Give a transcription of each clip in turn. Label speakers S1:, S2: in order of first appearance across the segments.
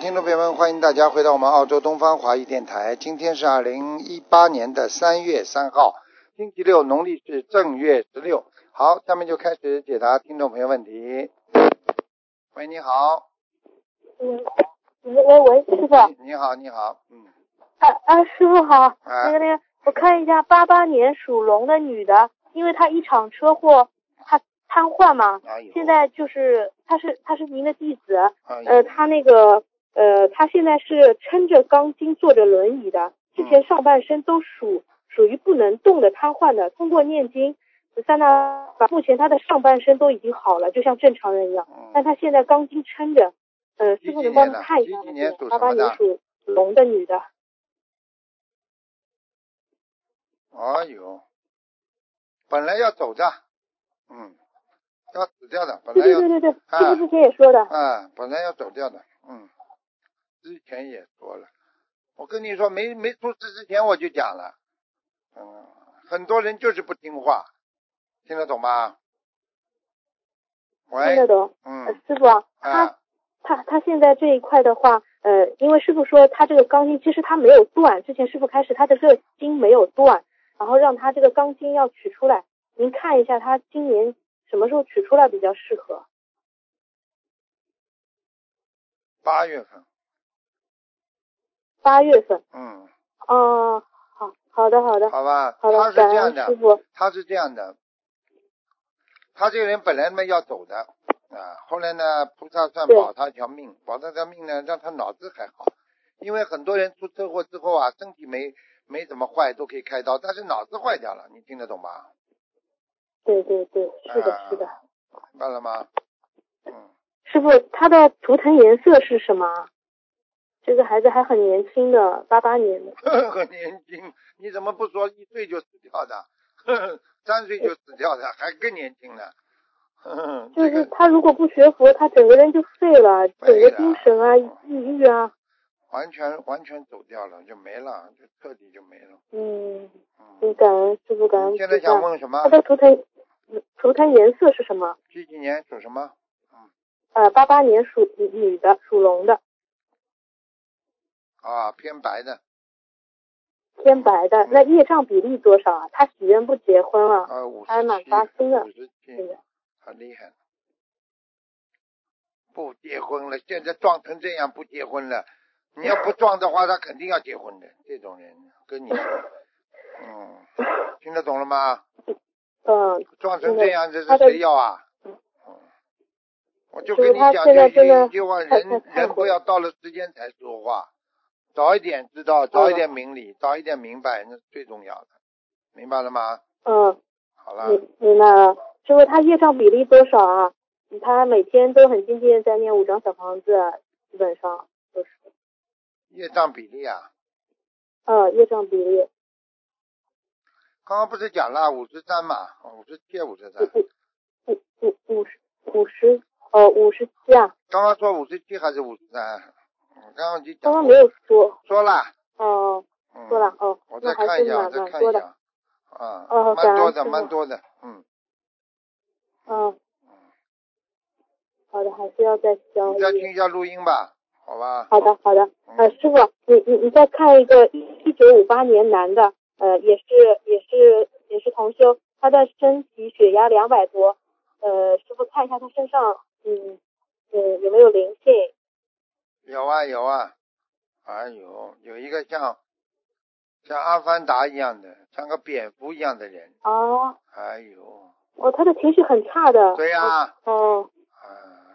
S1: 听众朋友们，欢迎大家回到我们澳洲东方华语电台。今天是二零一八年的三月三号，星期六，农历是正月十六。好，下面就开始解答听众朋友问题。喂，你好，
S2: 嗯，喂喂，师傅，
S1: 你你好，你好，嗯，
S2: 啊啊，师傅好，
S1: 啊
S2: 那个那个，我看一下，八八年属龙的女的，因为她一场车祸，她瘫痪嘛，
S1: 哎呦，
S2: 现在就是她是她是您的弟子，
S1: 哎呦
S2: 呃，她那个呃，她现在是撑着钢筋坐着轮椅的，
S1: 嗯
S2: 之前上半身都属属于不能动的瘫痪的，通过念经。三大法，目前她的上半身都已经好了，就像正常人一样，
S1: 嗯
S2: 但她现在钢筋撑着，呃，
S1: 几几
S2: 师傅能帮
S1: 年
S2: 她
S1: 的？
S2: 看一
S1: 几
S2: 下
S1: 几
S2: 吗
S1: 年？属什
S2: 八八
S1: 么
S2: 年
S1: 的？
S2: 属龙的女的，
S1: 哎呦，本来要走的，嗯，要死掉的，本
S2: 对
S1: 来
S2: 对
S1: 要
S2: 对对对，
S1: 啊
S2: 师傅之前也说的，
S1: 啊，本来要走掉的，嗯，之前也说了，我跟你说，没没出事之前我就讲了，嗯，很多人就是不听话，听得懂吗？
S2: 听得
S1: 喂，
S2: 懂。呃
S1: 嗯，
S2: 师傅啊，他
S1: 啊，
S2: 他他现在这一块的话，呃，因为师傅说他这个钢筋其实他没有断，之前师傅开始他的这个筋没有断，然后让他这个钢筋要取出来，您看一下他今年什么时候取出来比较适合？
S1: 八月份，
S2: 八月份。
S1: 嗯，
S2: 哦、好好的好的
S1: 好吧，
S2: 好
S1: 他
S2: 的，
S1: 是这
S2: 感
S1: 样
S2: 恩
S1: 的，
S2: 师傅。
S1: 他是这样的，他这个人本来嘛要走的，啊，后来呢，菩萨算
S2: 对
S1: 保他一条命，保他条命呢，让他脑子还好，因为很多人出车祸之后啊，身体没没怎么坏，都可以开刀，但是脑子坏掉了，你听得懂吧？
S2: 对对对，是的
S1: 啊
S2: 是的。
S1: 明白了吗？ 嗯，
S2: 师傅，他的图腾颜色是什么？这个孩子还很年轻的，八八年的。
S1: 很年轻，你怎么不说一岁就死掉的？ 三岁就死掉的，还更年轻呢。
S2: 就
S1: 这个
S2: 是他如果不学佛，他整个人就废了，整
S1: 废
S2: 个
S1: 了
S2: 精神啊、抑郁啊，
S1: 完全完全走掉了，就没了，就彻底就没了。
S2: 嗯，
S1: 嗯，
S2: 你感恩师傅，感恩
S1: 你现
S2: 菩
S1: 在想
S2: 萨。
S1: 问什么
S2: 他？的图腾，图腾颜色是什么？
S1: 几几年属什么？
S2: 呃，八八年属女的，属龙的，
S1: 啊，偏白的。
S2: 偏白的。那业障比例多少啊？他许愿不结婚啊，
S1: 啊，五十
S2: 还蛮扎心的
S1: 五十
S2: 这
S1: 七，
S2: 个
S1: 很厉害。不结婚了，现在撞成这样不结婚了。你要不撞的话，他肯定要结婚的。这种人跟你说，嗯，听得懂了吗？
S2: 嗯，
S1: 撞成这样，这是
S2: 他的
S1: 谁要啊？嗯，我就
S2: 就是
S1: 跟你
S2: 他
S1: 讲
S2: 现在
S1: 这
S2: 真的
S1: 一句话，
S2: 太
S1: 人
S2: 太
S1: 人
S2: 太
S1: 不
S2: 苦
S1: 要到了时间才说话，早一点知道，早一点明理，早一点明白，那是最重要的，明白了吗？
S2: 嗯，
S1: 好了，
S2: 明明白了。师傅，他业障比例多少啊？他每天都很精进，在念五张小房子，啊基本上就是，
S1: 业障比例啊，
S2: 呃，业障比例。
S1: 刚刚不是讲了五十三嘛，五十七、五十三，
S2: 五五五十五十呃五十七啊，
S1: 刚刚说五十七还是五十三？我刚刚已经
S2: 刚
S1: 讲
S2: 刚
S1: 过
S2: 没有说
S1: 说了，
S2: 哦，
S1: 嗯，
S2: 说了哦
S1: 我，再
S2: 那还
S1: 看
S2: 是
S1: 一下，我
S2: 蛮
S1: 再
S2: 蛮
S1: 看
S2: 多
S1: 一
S2: 的，
S1: 下，啊，
S2: 哦感
S1: 蛮
S2: 恩
S1: 多的，
S2: 师
S1: 蛮
S2: 傅
S1: 多的，嗯。
S2: 嗯，好的，还是要再消
S1: 你再
S2: 一
S1: 听一下录音吧，好吧？
S2: 好的好的，呃，
S1: 嗯，
S2: 师傅，你你你再看一个一九五八年男的，呃，也是也是也是同修，他的身体血压两百多，呃，师傅看一下他身上，嗯嗯有没有灵性？
S1: 有啊有啊，哎呦，有一个像像阿凡达一样的，像个蝙蝠一样的人，
S2: 哦
S1: 哎呦，
S2: 哦，他的情绪很差的，
S1: 对呀、啊，
S2: 哦，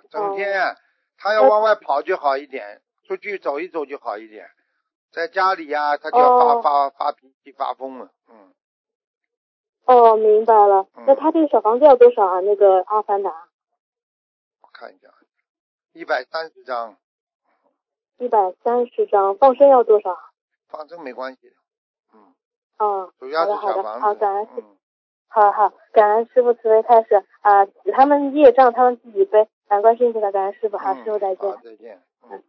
S1: 整天啊他要往外跑就好一点，出去走一走就好一点，在家里呀、他就要发
S2: 哦
S1: 发发脾气发疯了，嗯，
S2: 哦，明白了
S1: 嗯。
S2: 那他这个小房子要多少啊？那个《阿凡达》
S1: 我看一下，一百三十张，
S2: 一百三十张，放生要多少啊？
S1: 放生没关系的，嗯，
S2: 嗯，
S1: 主要是
S2: 好
S1: 小
S2: 的好的
S1: 房
S2: 好
S1: 子，
S2: 感恩
S1: 嗯。
S2: 好好，感恩师傅慈悲开始啊，他们业障他们自己背，感观世音菩萨，感恩师傅，好，
S1: 嗯
S2: 师傅再见
S1: 好，。再见。嗯。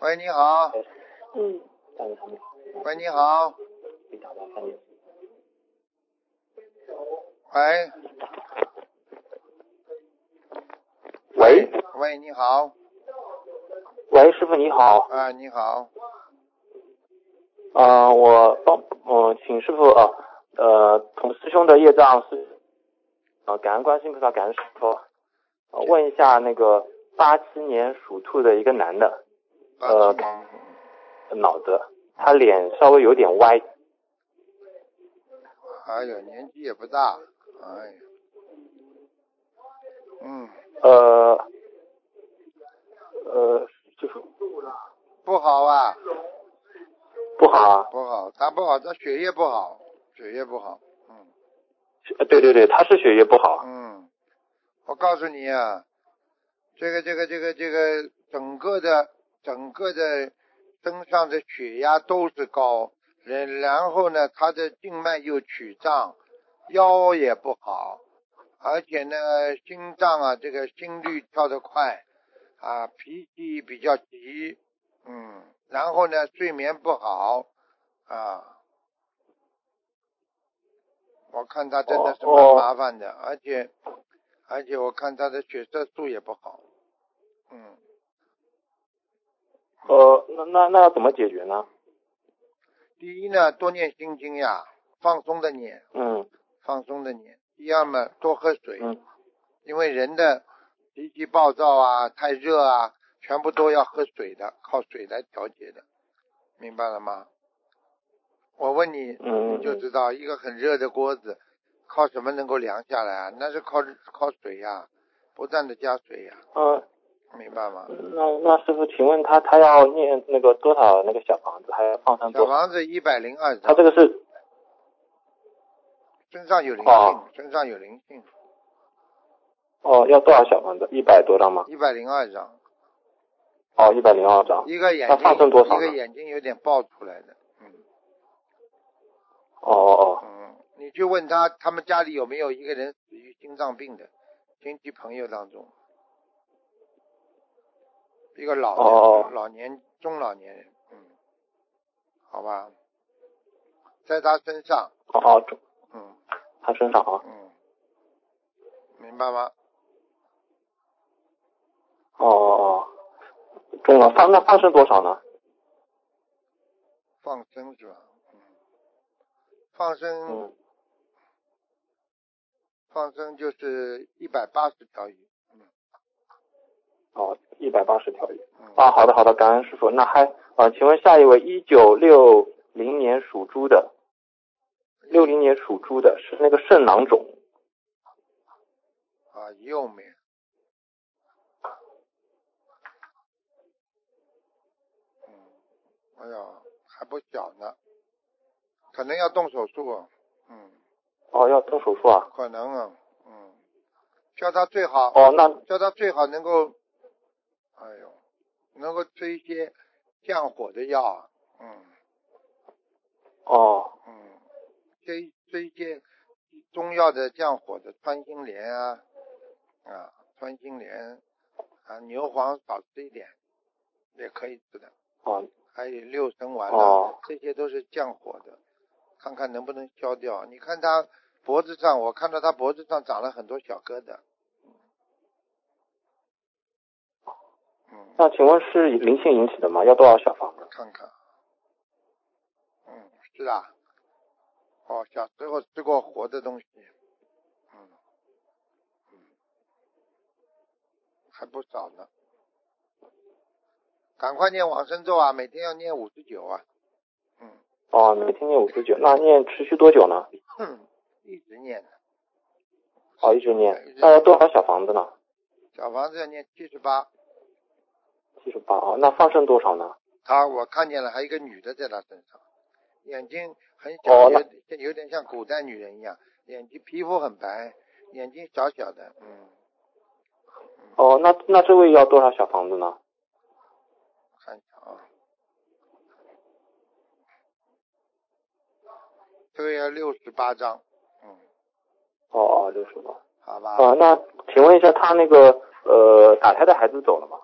S1: 喂，你好。
S2: 嗯，
S1: 喂，你好。喂。喂，你好，
S3: 喂，师傅你好，
S1: 啊，你好，
S3: 呃，我帮，我、请师傅啊，呃，同师兄的业障是，呃，感恩观世音菩萨，感恩师傅，呃问一下那个八七年属兔的一个男的，
S1: 八
S3: 呃
S1: 七年
S3: 脑子，他脸稍微有点歪，
S1: 哎呦，年纪也不大，哎呀，嗯，
S3: 呃，呃，就是
S1: 不好啊，
S3: 不好啊，
S1: 不好，他不好，他血液不好，血液不好，嗯
S3: 呃对对对，他是血液不好，
S1: 嗯，我告诉你啊，这个这个这个这个整个的整个的身上的血压都是高，然然后呢，他的静脉又曲张，腰也不好，而且呢，心脏啊这个心率跳得快，啊脾气比较急，嗯，然后呢睡眠不好，啊。我看他真的是蛮
S3: 哦哦
S1: 麻烦的，而且而且我看他的血色素也不好，嗯，
S3: 呃，那那那要怎么解决呢？
S1: 第一呢，多念心经呀，放松的念，
S3: 嗯
S1: 放松的念。第二嘛，多喝水，
S3: 嗯
S1: 因为人的脾气暴躁啊、太热啊，全部都要喝水的，靠水来调节的，明白了吗？我问你，
S3: 嗯
S1: 你就知道一个很热的锅子，靠什么能够凉下来啊？那是靠靠水呀、不断的加水呀、
S3: 嗯。
S1: 明白吗？
S3: 那那师傅，请问他他要念那个多少那个小房子，还要放上
S1: 小
S3: 多少？
S1: 房子一百零二
S3: 他
S1: 张，
S3: 这个是
S1: 身上有灵性
S3: 哦，
S1: 身上有灵性，
S3: 哦，要多少小房子？一百多张吗？
S1: 一百零二张。
S3: 哦，一百零二张。
S1: 一个眼
S3: 那
S1: 睛
S3: 放生多少
S1: 一
S3: 呢
S1: 个眼睛有点爆出来的，嗯
S3: 哦哦
S1: 嗯，你去问他，他们家里有没有一个人死于心脏病的亲戚朋友当中，一个老人
S3: 哦
S1: 老年中老年人，嗯，好吧，在他身上，
S3: 哦哦哦，这
S1: 嗯
S3: 他身上啊。
S1: 嗯，明白吗？
S3: 哦哦哦，中了放那放生多少呢？
S1: 放生是吧？嗯，放生、
S3: 嗯，
S1: 放生就是一百八十条鱼，
S3: 哦，一百八十条鱼。
S1: 嗯，
S3: 啊，好的好的，感恩师傅。那还呃，请问下一位，一九六零年属猪的，六零年属猪的是那个肾囊肿。
S1: 啊，右面。嗯，哎呀，还不小呢，可能要动手术啊。嗯，
S3: 哦，要动手术啊。
S1: 可能啊。嗯，叫他最好，
S3: 哦，那
S1: 叫他最好能够，哎呦，能够吃一些降火的药啊。嗯
S3: 哦
S1: 嗯，吃一吃一些中药的降火的穿心莲啊，啊，穿心莲啊，牛黄少吃一点，也可以吃的。
S3: 哦
S1: 还有六神丸呐、
S3: 哦
S1: 这些都是降火的，看看能不能消掉。你看他脖子上，我看到他脖子上长了很多小疙瘩。嗯，
S3: 那请问是灵性引起的吗？要多少小房子？
S1: 看看。嗯，是啊。哦，小时候吃过活的东西。嗯，嗯，还不少呢。赶快念往生咒啊！每天要念五十九啊。嗯。
S3: 哦，每天念五十九，那念持续多久呢？
S1: 哼，一直念的。
S3: 哦，一直念。那要多少小房子呢？
S1: 小房子要念七十八，
S3: 七十八哦，那放生多少呢？
S1: 他我看见了，还有一个女的在他身上，眼睛很小，
S3: 哦
S1: 有点有点像古代女人一样，眼睛皮肤很白，眼睛小小的，嗯，
S3: 哦，那那这位要多少小房子呢？
S1: 看一下啊，这个要六十八张，嗯，
S3: 哦哦，六十八。
S1: 好吧，
S3: 啊，那请问一下，他那个呃打胎的孩子走了吗？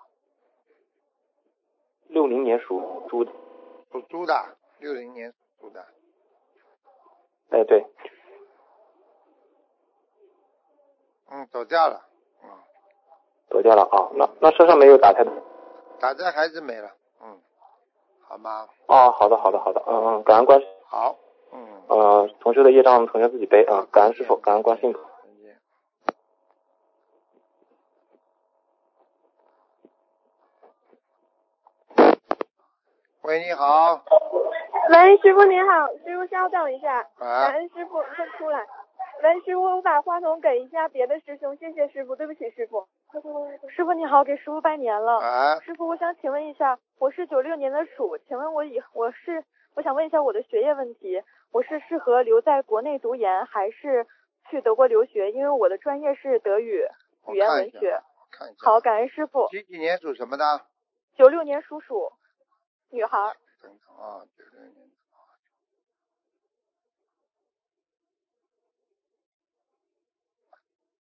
S3: 六零年属猪的，
S1: 属猪的，六零年属猪的，
S3: 哎对，
S1: 嗯，走掉了，嗯，
S3: 躲掉了啊。那那身上没有打胎的。
S1: 打在孩子没了，嗯，好吗？
S3: 哦，好的，好的，好的，嗯嗯，感恩关，
S1: 好，嗯，
S3: 呃，同学的业障同学自己背啊、感恩师傅，感恩关心。
S1: 再见。喂，你好，
S4: 喂，师傅您好，师傅稍等一下，感
S1: 啊，
S4: 恩师傅先出来。喂，师傅，我把话筒给一下别的师兄，谢谢师傅，对不起师傅。师傅你好，给师傅拜年了。
S1: 啊，
S4: 师傅，我想请问一下，我是九六年的鼠，请问我以我是我想问一下我的学业问题，我是适合留在国内读研，还是去德国留学？因为我的专业是德语
S1: 我
S4: 语言
S1: 看
S4: 文
S1: 一下，
S4: 学。
S1: 我看一下，
S4: 好，，感恩师傅。
S1: 几几年属什么的？
S4: 九六年属鼠，女孩儿。
S1: 等等啊，九六年的啊。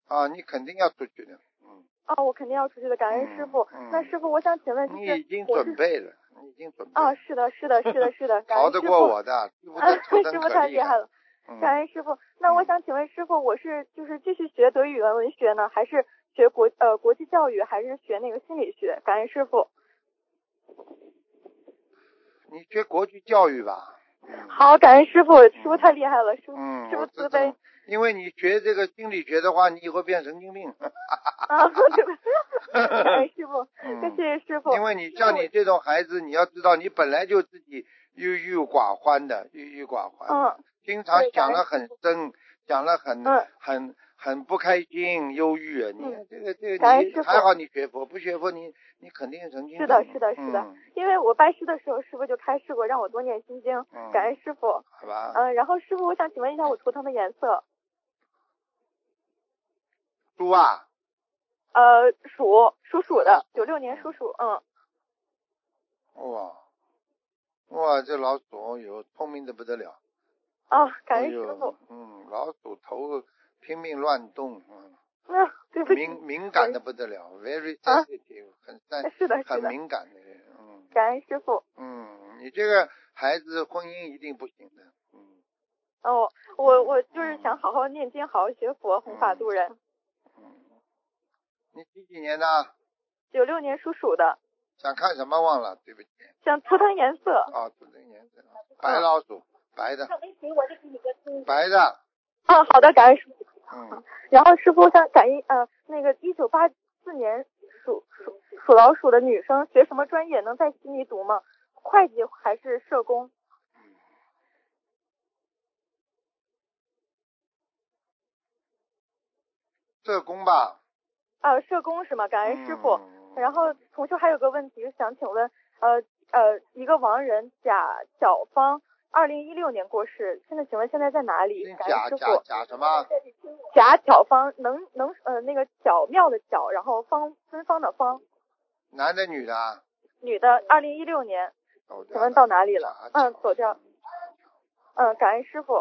S1: 啊，你肯定要出去的，嗯，
S4: 哦，我肯定要出去的，感恩师傅。
S1: 嗯嗯
S4: 那师傅，我想请问，就
S1: 你
S4: 是
S1: 已经
S4: 我
S1: 准
S4: 是
S1: 备了，你已经准备了，
S4: 啊，是的，是的，是的，是的，感
S1: 逃
S4: 恩
S1: 得
S4: 师
S1: 过
S4: 傅。
S1: 我的，师傅
S4: 啊
S1: 的，头
S4: 师
S1: 疼
S4: 傅
S1: 可
S4: 太
S1: 厉
S4: 厉害
S1: 害，
S4: 了，感
S1: 嗯，
S4: 恩师傅。那我
S1: 嗯
S4: 想请问师傅，我是就是继续学德语语言文学呢，还是学国呃国际教育，还是学那个心理学？感恩师傅。
S1: 你学国际教育吧，嗯，
S4: 好，感恩师傅，师傅太厉害了，师傅
S1: 嗯，
S4: 师
S1: 我
S4: 傅
S1: 知
S4: 慈
S1: 道
S4: 悲，
S1: 因为你学这个心理学的话，你以后变神经病，
S4: 啊，对吧？ 感恩师傅，
S1: 嗯
S4: 谢谢师傅。
S1: 因为你像你这种孩子，你要知道，你本来就自己郁郁寡欢的，郁郁寡欢，
S4: 嗯
S1: 经常
S4: 对
S1: 想
S4: 感
S1: 了
S4: 恩
S1: 很深，想了很、
S4: 嗯
S1: 很很不开心、忧郁啊！你看
S4: 嗯
S1: 这个这
S4: 感
S1: 个
S4: 恩
S1: 你
S4: 师父
S1: 还好，你学佛不学佛你你肯定神经
S4: 是的
S1: 病
S4: 是的是的
S1: 嗯
S4: 因为我拜师的时候，师傅就开示过，让我多念心经。
S1: 嗯
S4: 感恩师傅。
S1: 好吧，
S4: 嗯，然后师傅，我想请问一下我图腾的颜色，
S1: 猪啊，
S4: 呃，属属鼠的，九六年属鼠，嗯，
S1: 哇哇，这老鼠有聪明的不得了，
S4: 啊，感
S1: 哎
S4: 恩师傅
S1: 呦，，嗯，老鼠头拼命乱动，嗯，
S4: 嗯，对不起，
S1: 敏敏感的不得了，very
S4: 啊
S1: sensitive，、很 善
S4: 是的，是
S1: 很
S4: 的，
S1: 敏感的人，嗯
S4: 感恩师傅。
S1: 嗯，你这个孩子婚姻一定不行的，嗯。
S4: 哦，我我就是想好好念经，好好学佛，弘法度人。
S1: 你几几年的？
S4: 九六年属鼠的，
S1: 想看什么忘了？对不起，
S4: 想图腾颜色
S1: 啊，土生颜色，白老鼠，白的，白的，
S4: 啊，好的，感恩师傅。
S1: 嗯，
S4: 然后师傅想感应呃，那个一九八四年属属属老鼠的女生学什么专业？能在悉尼读吗？会计还是社工？
S1: 社工吧。
S4: 啊，社工是吗？感恩师傅。
S1: 嗯
S4: 然后同修还有个问题想请问，呃呃，一个亡人贾小芳，二零一六年过世，现在请问现在在哪里
S1: 姓？
S4: 感
S1: 贾
S4: 恩师
S1: 贾
S4: 傅。
S1: 贾什么？
S4: 贾巧芳，能能呃那个巧妙的巧，然后芳芬芳的芳，
S1: 男的女的哦啊？
S4: 女的，二零一六年，
S1: 走掉
S4: 请
S1: 了
S4: 问到哪里了？
S1: 贾
S4: 嗯，走掉。嗯，感恩师傅，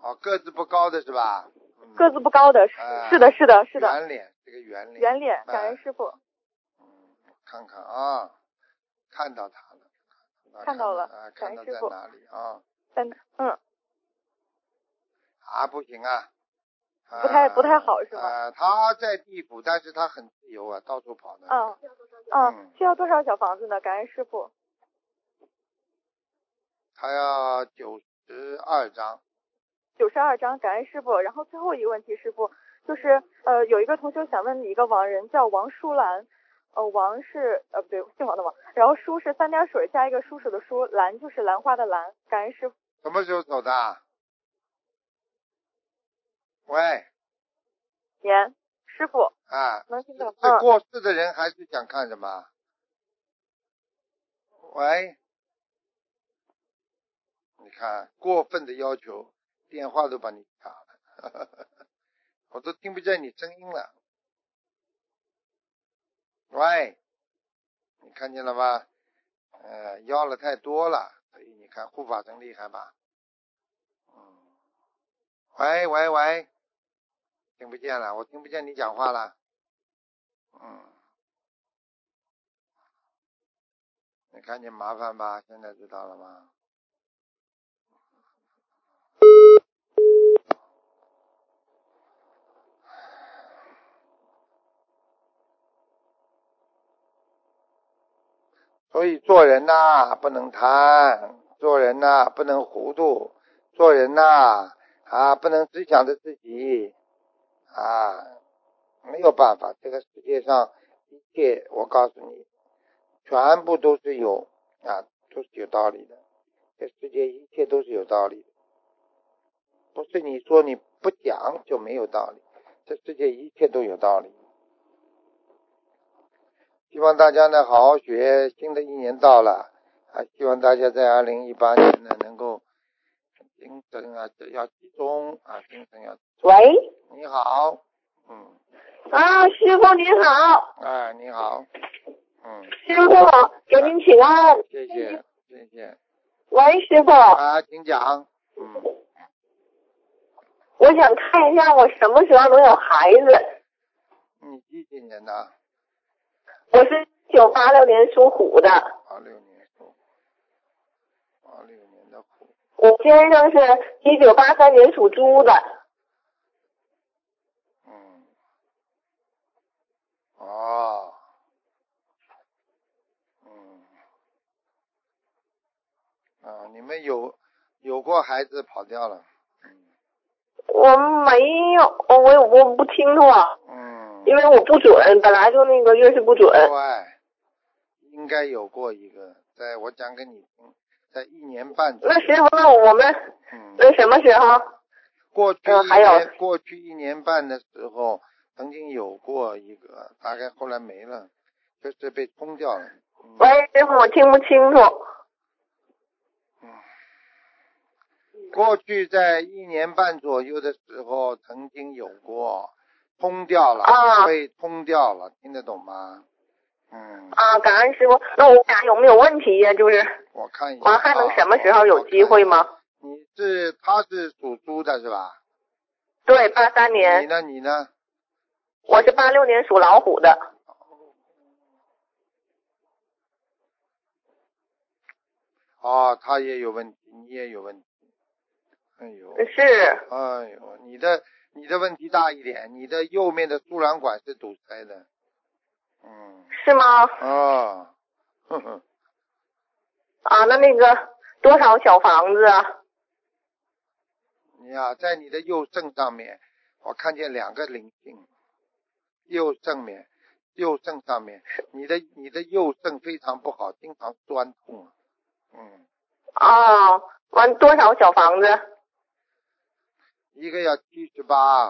S1: 哦，个子不高的是吧？嗯
S4: 个子不高的，是
S1: 哎
S4: 是的，是的，是的，
S1: 圆脸，这个圆脸。
S4: 圆脸，感恩师傅。
S1: 看看啊，看到他了，啊
S4: 看到了
S1: 啊，
S4: 感
S1: 看
S4: 恩
S1: 到
S4: 师
S1: 在
S4: 父
S1: 哪里啊？
S4: 嗯嗯，
S1: 啊，不行啊，啊
S4: 不太不太好是吗
S1: 啊，他在地府，但是他很自由啊，到处跑的。
S4: 嗯嗯
S1: 嗯，
S4: 需要多少小房子呢？感恩师傅。
S1: 他要九十二张，
S4: 九十二章，感恩师傅。然后最后一个问题，师傅就是呃，有一个同学想问你一个亡人叫王淑兰，呃，王是呃不对，姓王的王，然后淑是三点水加一个叔叔的叔，兰就是兰花的兰，感恩师傅。
S1: 什么时候走的啊？喂，
S4: 年师傅
S1: 啊，
S4: 能听到？
S1: 是
S4: 嗯，
S1: 过世的人还是想看什么？喂，你看过分的要求，电话都把你卡了， 我都听不见你声音了。喂，你看见了吗？呃，要了太多了，所以你看护法神厉害吧？嗯，喂喂喂，听不见了，我听不见你讲话了。嗯，你看见麻烦吧？现在知道了吗？所以做人呐、不能贪，做人呐、不能糊涂，做人呐啊不能只想着自己啊，没有办法，这个世界上一切，我告诉你，全部都是有啊，都是有道理的。这世界一切都是有道理的，不是你说你不讲就没有道理。这世界一切都有道理。希望大家呢好好学，新的一年到了啊，希望大家在二零一八年呢能够精神啊要集中啊，精神要。
S5: 喂，
S1: 你好，嗯，
S5: 啊，师傅您好，
S1: 哎，你好，嗯，
S5: 师傅给您请安。
S1: 谢谢，谢谢。
S5: 喂，师傅，
S1: 啊，请讲，嗯，
S5: 我想看一下我什么时候能有孩子。
S1: 你几几年的？
S5: 我是九八六年属虎的，
S1: 八六年属，八六年的虎，
S5: 我先生是一九八三年属猪的。
S1: 嗯，哦，嗯，啊，你们有有过孩子跑掉了，
S5: 我没有，我我我不清楚，啊，
S1: 嗯，
S5: 因为我不准，本来就那个月事不准。
S1: 对，应该有过一个，在我讲给你听，在一年半左
S5: 那
S1: 右，
S5: 师傅，那我们
S1: 嗯，
S5: 那什么时候？
S1: 过去
S5: 嗯
S1: 一
S5: 还有
S1: 年、过去一年半的时候，曾经有过一个，大概后来没了，就是被冲掉了。嗯
S5: 喂，师傅，我听不清楚。
S1: 过去在一年半左右的时候，曾经有过冲掉了，
S5: 啊
S1: 被冲掉了，听得懂吗？嗯，
S5: 啊，感恩师傅。那我俩有没有问题呀、就是
S1: 我看一下、
S5: 我
S1: 啊。
S5: 还能什么时候有机会吗？
S1: 我？你是他是属猪的是吧？
S5: 对，八三
S1: 你
S5: 年，
S1: 呢？你呢？
S5: 我是八六年属老虎的。
S1: 哦，他也有问题，你也有问题。哎呦，
S5: 是
S1: 哎呦，你的你的问题大一点，你的右面的输卵管是堵塞的。嗯，
S5: 是吗？
S1: 啊， 呵呵，
S5: 啊，那那个多少小房子啊？
S1: 你呀、在你的右正上面，我看见两个灵性，右正面，右正上面，你的你的右正非常不好，经常酸痛。啊嗯，
S5: 哦，完多少小房子？
S1: 一个要七十八，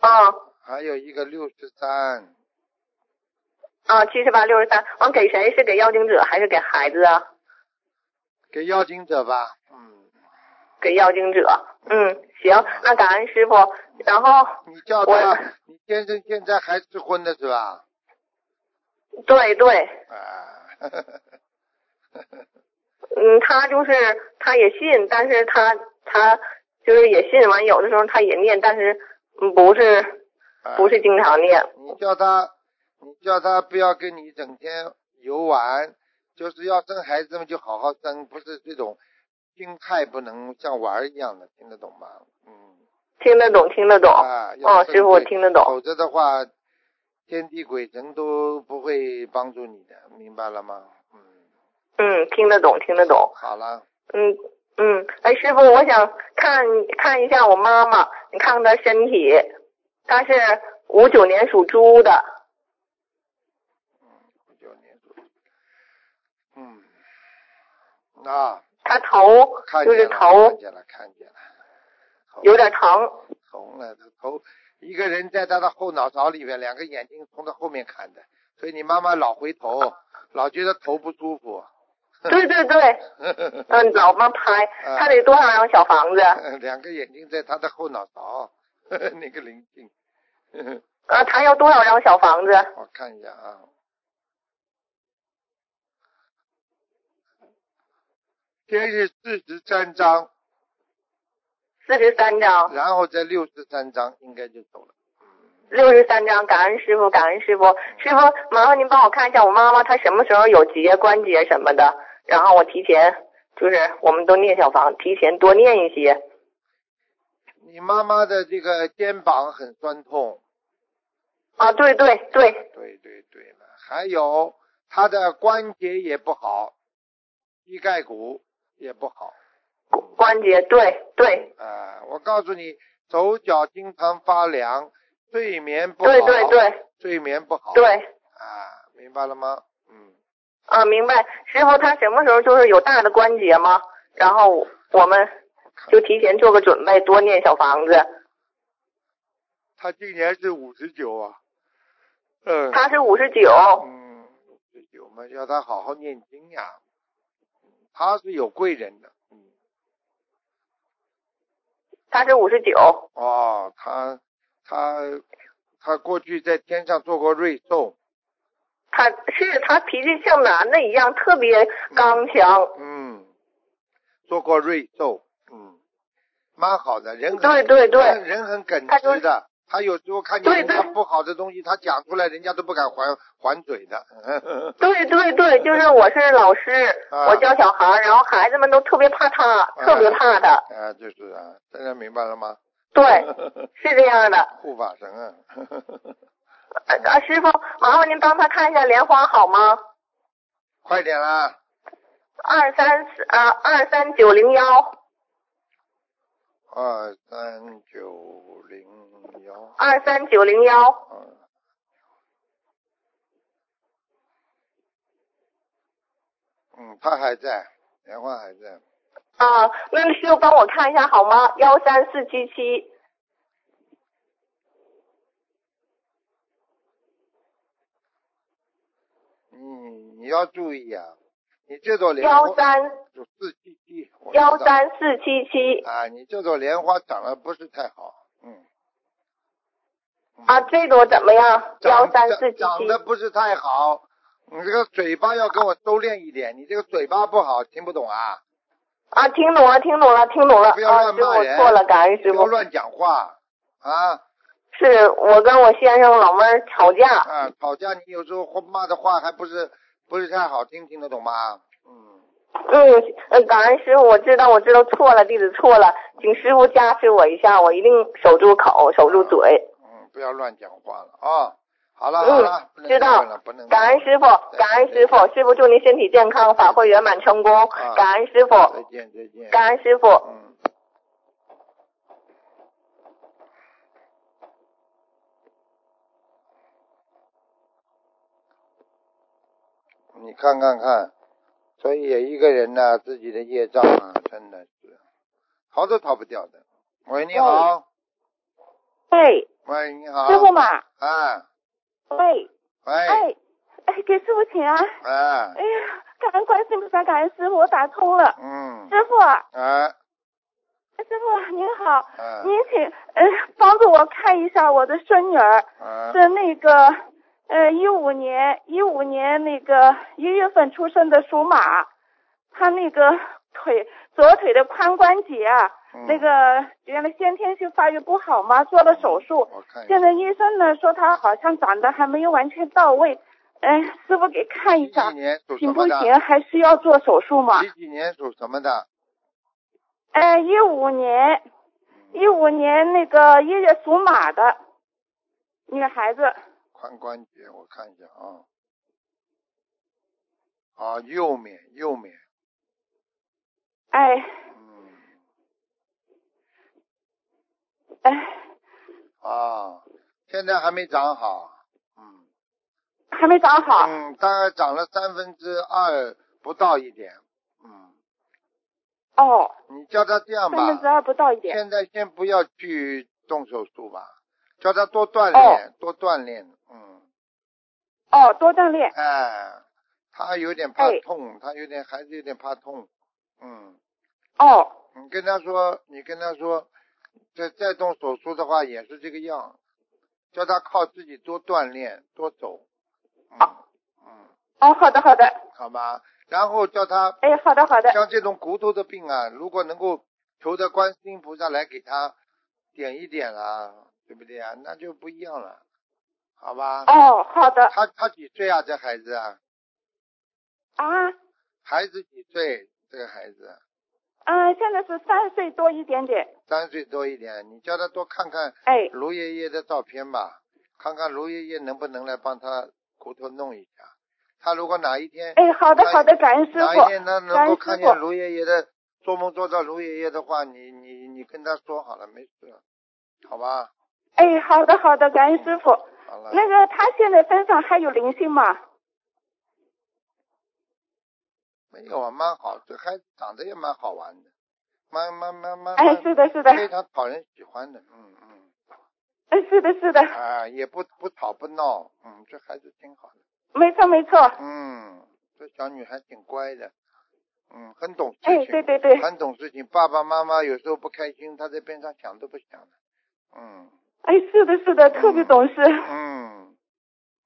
S5: 啊
S1: 还有一个六十三，
S5: 啊，七十八六十三。完给谁？是给要经者还是给孩子啊？
S1: 给要经者吧。嗯，
S5: 给要经者。嗯，行，那感恩师傅。然后
S1: 你叫
S5: 我
S1: 他，你先生现在还吃荤的是吧？
S5: 对对，
S1: 啊，呵呵呵
S5: 嗯，他就是他也信，但是他他就是也信完，有的时候他也念，但是嗯不是
S1: 啊
S5: 不是经常念。
S1: 你叫他，你叫他不要跟你整天游玩，就是要生孩子嘛，就好好生，不是这种心态不能像玩儿一样的，听得懂吗？嗯，
S5: 听得懂，听得懂。
S1: 啊，要
S5: 哦，
S1: 正
S5: 师傅，我
S1: 对
S5: 听得懂。
S1: 否则的话，天地鬼神都不会帮助你的，明白了吗？嗯，
S5: 嗯，听得懂，听得懂。
S1: 好了，
S5: 嗯嗯，哎，师傅，我想看看一下我妈妈，你看看她身体，她是五九年属猪的。
S1: 我就你说，嗯，那
S5: 她头
S1: 看
S5: 就
S1: 见
S5: 是
S1: 了，
S5: 头
S1: 看见了，看见了，好
S5: 有点 疼，
S1: 红了，他头一个人在他的后脑勺里面，两个眼睛从他后面看的，所以你妈妈老回头，老觉得头不舒服。
S5: 对对对，嗯，老妈拍，
S1: 啊
S5: 她得多少张小房子？
S1: 两个眼睛在他的后脑勺， 那个灵性。
S5: 啊，他要多少张小房子？
S1: 我看一下啊，先是四十三章，
S5: 四十三张，
S1: 然后再六十三章，应该就走了。
S5: 六十三张，感恩师傅，感恩师傅。师傅，麻烦您帮我看一下我妈妈她什么时候有结关节什么的，然后我提前就是我们都念小房，提前多念一些。
S1: 你妈妈的这个肩膀很酸痛，
S5: 啊，对对对，
S1: 对对对了，还有他的关节也不好，膝盖骨也不好。
S5: 关节，对对
S1: 啊，我告诉你，手脚经常发凉，睡眠不好，
S5: 对对对
S1: 睡眠不好，
S5: 对，
S1: 啊，明白了吗？嗯，
S5: 啊，明白。师傅，他什么时候就是有大的关节吗？然后我们就提前做个准备，多念小房子。
S1: 他今年是五十九啊，嗯，
S5: 他是五十九，
S1: 嗯，十九嘛，要他好好念经呀、他是有贵人的，嗯，
S5: 他是五十九，
S1: 哦，他他他过去在天上做过瑞兽，
S5: 他是他脾气像男的一样，特别刚强。
S1: 嗯，做过瑞兽，嗯，蛮好的，人很
S5: 对对对
S1: 人人很耿
S5: 他就
S1: 直的。他有时候看见
S5: 对
S1: 人家
S5: 对
S1: 不好的东西，他讲出来，人家都不敢还还嘴的。
S5: 对对对，就是我是老师，
S1: 啊
S5: 我教小孩儿，然后孩子们都特别怕他，特别怕他。
S1: 啊，就是啊，大家明白了吗？
S5: 对， 是这样的。
S1: 护法神啊，
S5: 呃啊，师傅，麻烦您帮他看一下莲花好吗？
S1: 快点啊啦！
S5: 二三四啊，二三九零幺，
S1: 二三九零幺，
S5: 二三九零幺，
S1: 啊，嗯，他还在，莲花还在，
S5: 啊，那师傅帮我看一下好吗？幺三四七七，
S1: 嗯，你要注意啊，你这朵莲
S5: 幺
S1: 花
S5: 三
S1: 有四七七，我知道
S5: 幺三四七七
S1: 啊，你这朵莲花长得不是太好，嗯，
S5: 啊，这朵怎么样？幺
S1: 长
S5: 三四七
S1: 长得
S5: 七
S1: 不是太好，你这个嘴巴要跟我收敛一点，你这个嘴巴不好，听不懂啊，
S5: 啊，听懂了，听懂了，听懂了
S1: 不要乱
S5: 啊，师
S1: 骂
S5: 傅
S1: 人
S5: 错了，感恩
S1: 不
S5: 师
S1: 要
S5: 傅。
S1: 乱讲话啊
S5: 是我跟我先生老妹儿吵架，
S1: 啊！吵架你有时候话骂的话还不是不是太好听，听得懂吗？嗯，
S5: 嗯，呃感恩师傅，我知道我知道错了，弟子错了，请师傅加持我一下，我一定守住口，守住嘴。
S1: 嗯，不要乱讲话了啊！好了好了，不
S5: 嗯，
S1: 能再
S5: 知道
S1: 问了，不能。
S5: 感恩师傅，感恩师傅，师傅祝您身体健康，法会圆满成功
S1: 啊。
S5: 感恩师傅，
S1: 再见再见。
S5: 感恩师傅。
S1: 嗯。嗯你看看看，所以一个人呢，自己的业障啊，真的是逃都逃不掉的。喂，你好，
S4: 喂，
S1: 喂，你好，
S4: 哎师傅嘛，
S1: 啊，
S4: 喂，
S1: 喂，
S4: 哎，哎，给师傅请安。
S1: 啊
S4: 哎，呀，感恩观世音菩萨，感恩师傅，我打通了。
S1: 嗯，
S4: 师傅，哎
S1: 啊
S4: 师傅您好，
S1: 啊
S4: 您请呃帮助我看一下我的孙女儿
S1: 啊，
S4: 是那个呃一五年一五年那个一月份出生的属马，她那个腿左腿的髋关节啊，
S1: 嗯
S4: 那个原来先天性发育不好嘛，做了手术，
S1: 我看一下
S4: 现在医生呢说她好像长得还没有完全到位，哎，师傅给看一下
S1: 几几，年属什
S4: 行不
S1: 么的？
S4: 行？还需要做手术吗？
S1: 几几年属什么的？
S4: 哎，一五年，一五年那个一月属马的女孩子，
S1: 髋关节，我看一下啊。啊，右面，右面，
S4: 哎
S1: 嗯，
S4: 哎，
S1: 啊，现在还没长好，嗯，
S4: 还没长好。
S1: 嗯，大概长了三分之二不到一点，嗯，
S4: 哦，
S1: 你叫他这样
S4: 三分之
S1: 吧，
S4: 二不到一点。
S1: 现在先不要去动手术吧，叫他多锻炼，多锻炼，嗯，
S4: 哦，多锻炼。
S1: 哎，他有点怕
S4: 哎
S1: 痛，他有点孩子有点怕痛，嗯，
S4: 哦，
S1: 你跟他说，你跟他说，这再动手术的话也是这个样，叫他靠自己多锻炼，多走，嗯嗯，
S4: 哦，好的，好的。
S1: 好吧，然后叫他
S4: 哎，好的，好的。
S1: 像这种骨头的病啊，如果能够求得观世音菩萨来给他点一点啦，对不对啊？那就不一样了，好吧？
S4: 哦，好的。
S1: 他他几岁啊？这孩子啊，
S4: 啊，
S1: 孩子几岁？这个孩子啊
S4: 嗯、
S5: 呃
S4: 现在是三岁多一点点。
S1: 三岁多一点，你叫他多看看
S4: 哎，
S1: 卢爷爷的照片吧，看看卢爷爷能不能来帮他骨头弄一下。他如果哪一天
S5: 哎，好的
S1: 哪一
S5: 好的，感恩师
S1: 哪一天
S5: 傅，
S1: 他能
S5: 感
S1: 够
S5: 恩
S1: 看
S5: 师
S1: 见
S5: 傅，
S1: 卢爷爷的做梦做到卢爷爷的话，你你你跟他说好了，没事，好吧？
S5: 哎，好的好的，感恩师傅。
S1: 嗯好嗯了，
S5: 那个他现在身上还有灵性吗？
S1: 没有啊，蛮好，这孩子长得也蛮好玩的，蛮蛮蛮蛮，
S5: 哎，
S1: 蛮
S5: 是的是的，
S1: 非常讨人喜欢的，嗯嗯，
S5: 哎，是的是的，
S1: 啊，也不不吵不闹，嗯，这孩子挺好的，
S5: 没错没错，
S1: 嗯，这小女孩挺乖的，嗯，很懂事
S5: 哎，
S1: 情，
S5: 对对对，
S1: 很懂事情。爸爸妈妈有时候不开心，他在边上想都不想的。嗯
S5: 哎，是的是的，特别懂事，
S1: 嗯，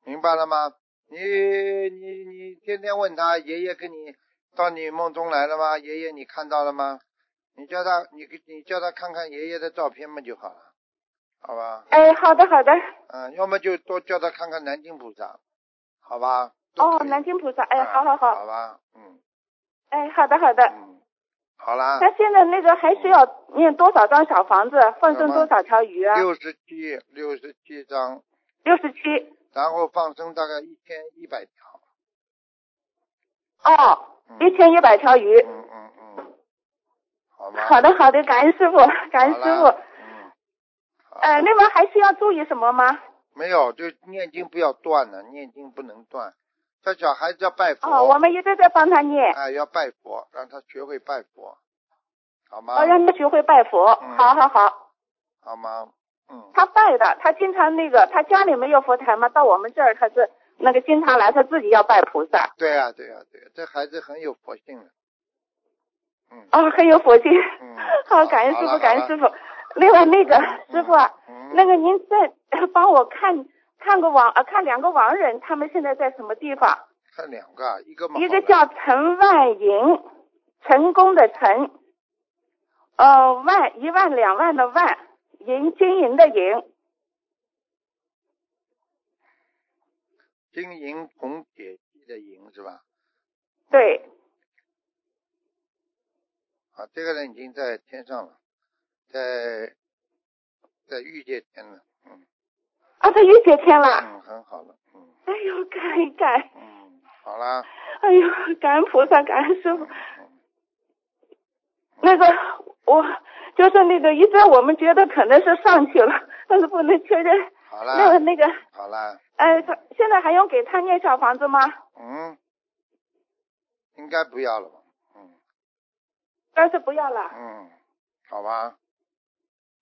S1: 明白了吗？你你你天天问他，爷爷跟你到你梦中来了吗？爷爷你看到了吗？你叫他你你叫他看看爷爷的照片嘛就好了，好吧？
S5: 哎，好的好的，
S1: 嗯，要么就多叫他看看南京菩萨，好吧？都
S5: 哦
S1: 可，以
S5: 南京菩萨，哎，
S1: 啊
S5: 好好好，
S1: 好吧，嗯
S5: 哎，好的好的，
S1: 嗯，好啦，
S5: 他现在那个还需要念多少张小房子，放生多少条鱼啊？
S1: 六十七六十七章。
S5: 六十七。
S1: 然后放生大概一千一百条。
S5: 哦，
S1: 嗯
S5: 一千一百条鱼。
S1: 嗯嗯嗯，好吗？
S5: 好的，好的，感恩师傅，感恩师
S1: 好
S5: 傅
S1: 啦。嗯，好
S5: 呃，那么还需要注意什么吗？
S1: 没有，就念经不要断了，念经不能断。这小孩子要拜佛，
S5: 哦，我们一直在帮他念，
S1: 哎，要拜佛，让他学会拜佛，好吗？
S5: 哦，让他学会拜佛。
S1: 嗯
S5: 好好好，
S1: 好吗？嗯，
S5: 他拜的，他经常那个，他家里没有佛台嘛，到我们这儿他是那个经常来，他自己要拜菩萨。
S1: 对呀、对呀、对呀、啊这孩子很有佛性的。嗯
S5: 哦，很有佛性。
S1: 嗯
S5: 好，感 恩
S1: 好
S5: 师
S1: 了
S5: 傅，感恩
S1: 好了
S5: 师傅。另外那个师傅啊，
S1: 嗯
S5: 那个您再帮我看看个亡啊，看两个亡人，他们现在在什么地方？
S1: 看两个啊，一个嘛，
S5: 一个叫陈万银，成功的陈，呃，万一万两万的万，银金银的银，
S1: 金银铜铁锡的银是吧？
S5: 对，
S1: 啊，这个人已经在天上了，在在欲界天了，嗯
S5: 啊，他又解签了。
S1: 嗯，很好了，嗯
S5: 哎呦，感恩感恩，
S1: 嗯，好啦，
S5: 哎呦，感恩菩萨，感恩师傅
S1: 嗯。嗯
S5: 那个我就是那个，一直我们觉得可能是上去了，但是不能确认。
S1: 好
S5: 那个
S1: 啦，
S5: 那个，
S1: 好啦，
S5: 呃，他现在还用给他念小房子吗？
S1: 嗯，应该不要了吧，嗯
S5: 但是不要了。
S1: 嗯，好吧，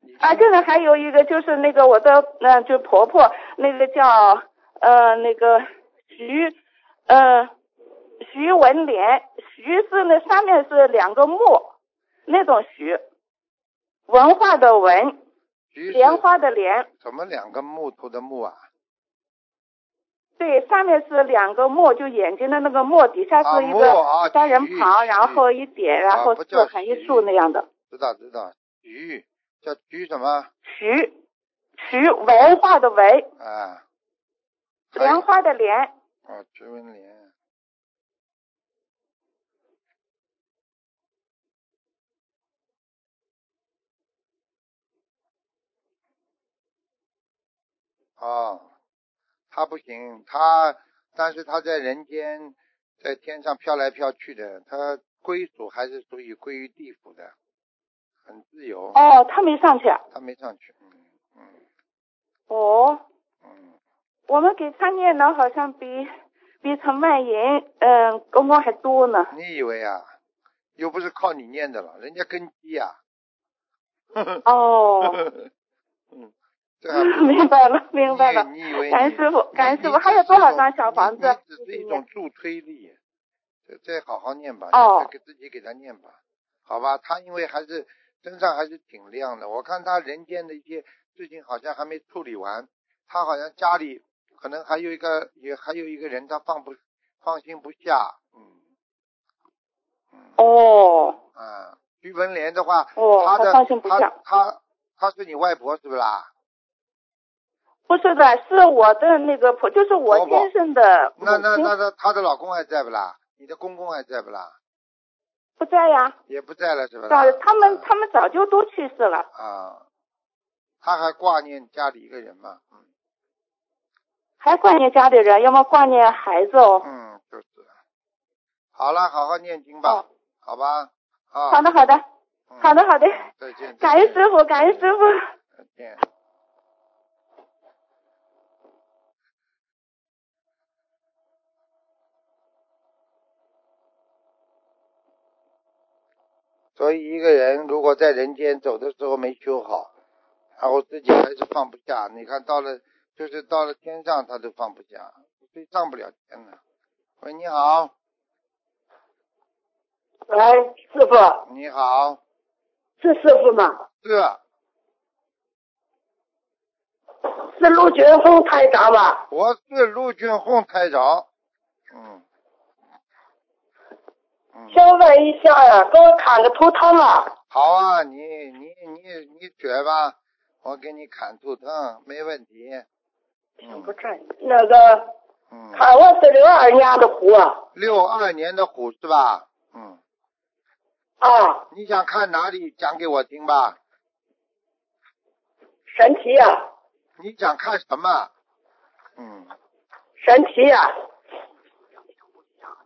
S1: 你
S5: 啊，现在还有一个就是那个我的，嗯、就婆婆，那个叫呃那个徐，呃徐文莲，徐是那上面是两个木，那种徐，文化的文，
S1: 菊是
S5: 莲花的莲，
S1: 怎么两个木头的木啊？
S5: 对，上面是两个木，就眼睛的那个木，底下
S1: 啊
S5: 是一
S1: 木
S5: 个
S1: 啊，
S5: 三人
S1: 菊
S5: 旁，然后一点，然
S1: 啊
S5: 后
S1: 不
S5: 竖
S1: 叫
S5: 横一
S1: 徐
S5: 竖那样的
S1: 知道知道，菊叫菊什么
S5: 徐，徐文化的文，
S1: 啊？还有
S5: 莲花的莲。
S1: 啊，徐文莲。哦，他不行，他但是他在人间，在天上飘来飘去的，他归属还是属于归于地府的，很自由，
S5: 哦，他没上去啊。
S1: 他没上去。嗯嗯
S5: 哦，
S1: 嗯，
S5: 我们给他念的好像比比陈曼莹嗯公公还多呢。
S1: 你以为啊？又不是靠你念的了，人家根基呀、啊。
S5: 哦，
S1: 嗯，这还不
S5: 明白了，明白了。
S1: 你以你以为你
S5: 感恩师傅，感恩师
S1: 你
S5: 傅，
S1: 只
S5: 还有
S1: 是
S5: 多
S1: 一
S5: 少
S1: 种
S5: 张小房子嗯
S1: 你你只是一种助推力，再再好好念吧，
S5: 哦
S1: 再给自己给他念吧，好吧？他因为还是身上还是挺亮的，我看他人间的一些事情好像还没处理完，他好像家里可能还有一个也还有一个人他放不放心不下，嗯
S5: 哦，
S1: 啊，徐文莲的话，
S5: 哦
S1: 他的
S5: 他放心不
S1: 他
S5: 下
S1: 他他是你外婆是不是啦？
S5: 不是的，是我的那个婆，就是我
S1: 婆婆
S5: 先生的母
S1: 哦那那那
S5: 亲
S1: 她她的老公还在不啦？你的公公还在不啦？
S5: 不在呀。
S1: 也不在了，是吧？
S5: 早，他们
S1: 啊
S5: 他们早就都去世了。
S1: 啊，他还挂念家里一个人嘛？嗯
S5: 还挂念家里人，要么挂念孩子哦。
S1: 嗯，好了，好好念经吧，好吧？啊，
S6: 哦好的，好的，
S1: 嗯
S6: 好的，好的，
S1: 再见，
S6: 感恩师傅，感恩师傅。
S1: 再见。所以，一个人如果在人间走的时候没修好，然后自己还是放不下，你看到了，就是到了天上他都放不下，所以上不了天了。喂，你好，
S7: 哎，师傅，
S1: 你好，
S7: 是师傅吗？
S1: 是啊
S7: 是陆军红台长吧？
S1: 我是陆军红台长，嗯，嗯，
S7: 想问一下呀、给我看个图腾吧。
S1: 好啊，你你你你觉吧，我给你砍图腾，没问题。嗯
S7: 那个，
S1: 嗯，
S7: 看我是六二年的虎啊，
S1: 六二年的虎是吧？嗯，
S7: 啊，
S1: 你想看哪里？讲给我听吧。
S7: 身体呀、啊，
S1: 你想看什么？嗯，
S7: 身体呀、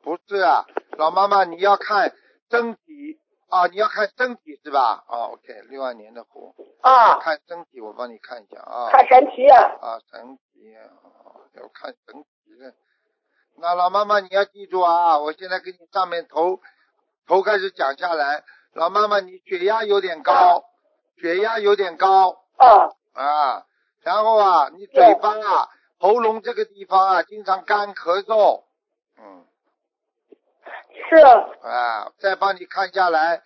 S1: 不是啊，老妈妈，你要看身体啊，你要看身体是吧？啊，OK，六二年的虎，
S7: 啊，
S1: 看身体，我帮你看一下啊。
S7: 看身体呀、
S1: 啊，整体，哦要看整体的。那老妈妈你要记住啊，我现在给你上面头头开始讲下来，老妈妈你血压有点高，血压有点高
S7: 啊，
S1: 啊，然后啊，你嘴巴啊、喉咙这个地方啊，经常干咳嗽，嗯，
S7: 是
S1: 啊，再帮你看下来，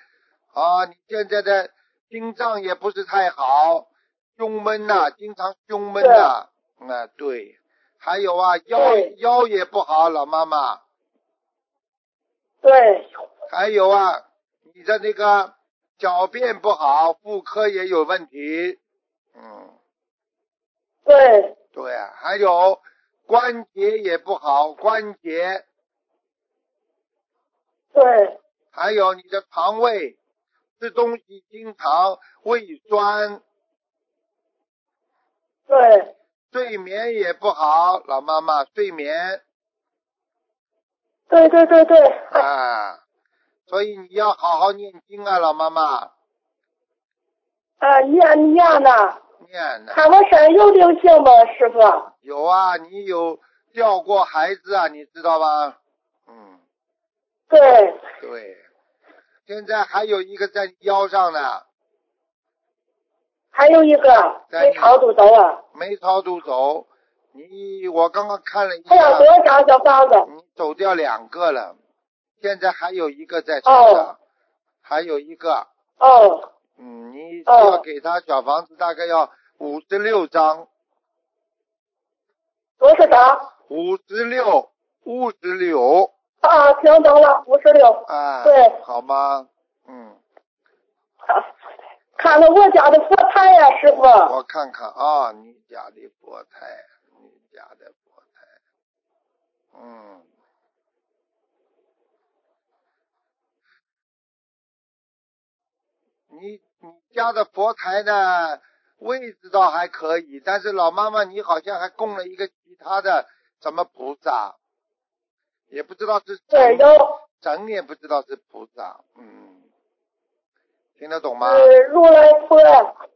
S1: 啊，你现在的心脏也不是太好，胸闷呐、经常胸闷呐、啊，对，还有啊，腰
S7: 对
S1: 腰也不好，老妈妈，
S7: 对，
S1: 还有啊，你的那个小便不好，妇科也有问题，嗯，
S7: 对，
S1: 对啊，还有关节也不好，关节，
S7: 对，
S1: 还有你的肠胃，吃东西经常胃酸，
S7: 对，
S1: 睡眠也不好，老妈妈睡眠
S7: 对对对对，
S1: 啊，所以你要好好念经啊，老妈妈
S7: 啊，念念呐，
S1: 念呢。
S7: 看我身上有灵性吗，师傅？
S1: 有啊，你有掉过孩子啊，你知道吧？嗯，
S7: 对，
S1: 对。现在还有一个在你腰上呢，
S7: 还有一个没超度走啊，
S1: 没超度走。你我刚刚看了一
S7: 还要
S1: 下
S7: 多，少张小房子？
S1: 你走掉两个了，现在还有一个在身上，还有一个。
S7: 哦，
S1: 嗯，你
S7: 哦
S1: 要给他小房子大概要五十六张，
S7: 多少张？
S1: 五十六，五十六
S7: 啊，平等了，五十六。
S1: 啊，
S7: 对
S1: 好吗？嗯，
S7: 看看我家的佛台呀、师傅。
S1: 我看看啊，你家的佛台，你家的佛台，嗯，你你家的佛台呢，位置倒还可以，但是老妈妈你好像还供了一个其他的什么菩萨，也不知道是
S7: 对，有
S1: 神也不知道是菩萨，嗯，听得懂吗？
S7: 呃如来佛、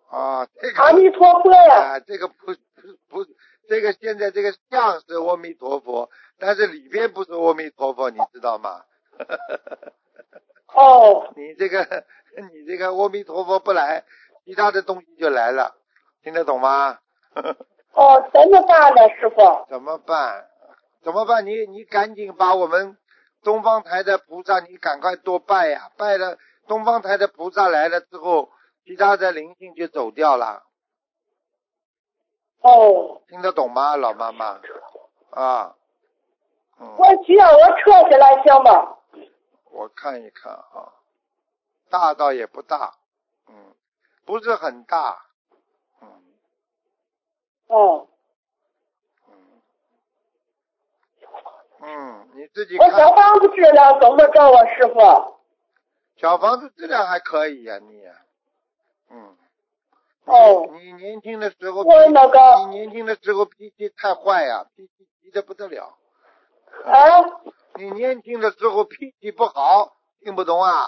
S1: 啊，这个
S7: 阿弥陀佛呀、
S1: 啊，这个不不不，这个现在这个像是阿弥陀佛，但是里边不是阿弥陀佛，你知道吗？
S7: 哦，
S1: 你这个 你这个阿弥陀佛不来，其他的东西就来了，听得懂吗？
S7: 哦，怎么办呢，师傅？
S1: 怎么办？怎么办？你你赶紧把我们东方台的菩萨，你赶快多拜呀、拜了东方台的菩萨来了之后，其他的灵性就走掉了，
S7: 哦，
S1: 听得懂吗，老妈妈？啊，嗯，
S7: 我需要我撤下来行吗？
S1: 我看一看啊，大倒也不大，嗯，不是很大，嗯
S7: 哦，
S1: 嗯嗯，你自己
S7: 我小
S1: 看，
S7: 房子质量怎么着啊，师傅？
S1: 小房子质量还可以呀、你，嗯。
S7: 哦
S1: 你年轻的时候脾，
S7: 我那
S1: 你
S7: 个
S1: 年轻的时候脾气太坏呀、脾气急得不得了。
S7: 啊，
S1: 你年轻的时候脾气不好，听不懂啊？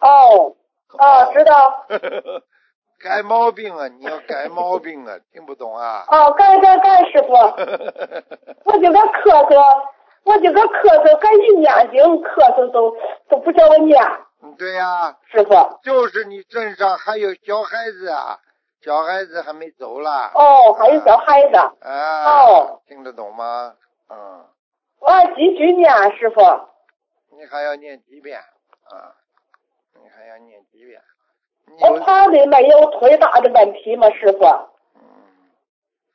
S7: 哦，哦，知道。
S1: 改毛病啊！你要改毛病啊！听不懂啊？
S7: 哦，干干干，师傅，我今个咳嗽，我今个咳嗽，赶去念经，咳嗽都都不叫我念，
S1: 嗯对呀、
S7: 师傅。
S1: 就是你身上还有小孩子啊，小孩子还没走啦。
S7: 哦，还有小孩子，
S1: 啊，
S7: 哦
S1: 听得懂吗？嗯，
S7: 我
S5: 啊
S7: 要继续念，师傅。
S1: 你还要念几遍啊？你还要念几遍？你
S7: 我
S5: 哦
S1: 有
S7: 怕的没有腿大的问题吗，师傅？
S1: 嗯，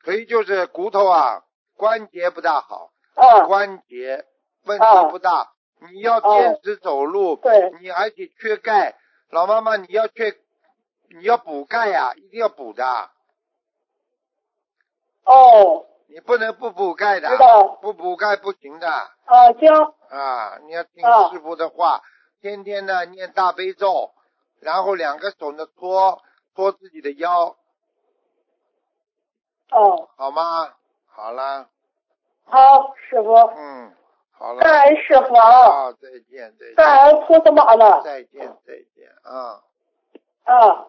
S1: 腿就是骨头啊，关节不大好，
S5: 啊
S7: 嗯，
S1: 关节问题不大。你要坚持走路，
S7: 哦对，
S1: 你而且缺钙，老妈妈你要缺，你要补钙呀、一定要补的，啊
S7: 哦，
S1: 你不能不补钙的
S7: 知，道。
S1: 不补钙不行的。
S7: 啊，行，
S1: 啊，你要听
S7: 哦
S1: 师傅的话，天天呢念大悲咒，然后两个手呢搓搓自己的腰，
S7: 哦，
S1: 好吗？好啦，
S7: 好，师傅，
S1: 嗯，好
S7: 感
S1: 了，
S7: 恩师傅啊，
S1: 啊，再见，再见，
S7: 感恩菩萨妈了，
S1: 再见，再见啊！
S7: 啊，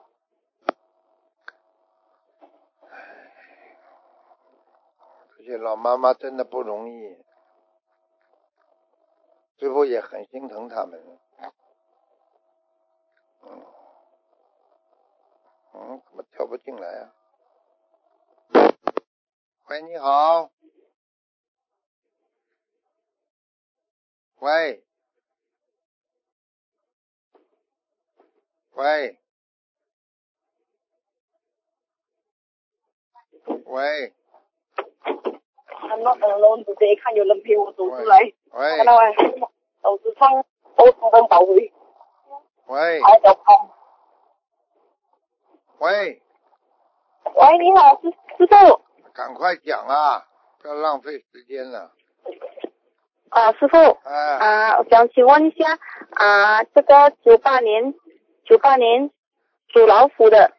S1: 这些老妈妈真的不容易，师傅也很心疼他们。嗯，嗯，怎么跳不进来啊？喂，你好。喂。喂。喂。
S5: 他那嗯，老子这一看有人陪我走出来，
S1: 喂
S5: 看到哎，老子唱，我主动保卫，
S1: 喂
S5: 还小胖。
S1: 喂，
S5: 喂，你好，师师傅。
S1: 赶快讲啊，不要浪费时间了。
S5: 啊，师傅
S1: 哎，
S5: 啊，我想请问一下啊，这个九八年，九八年属老虎的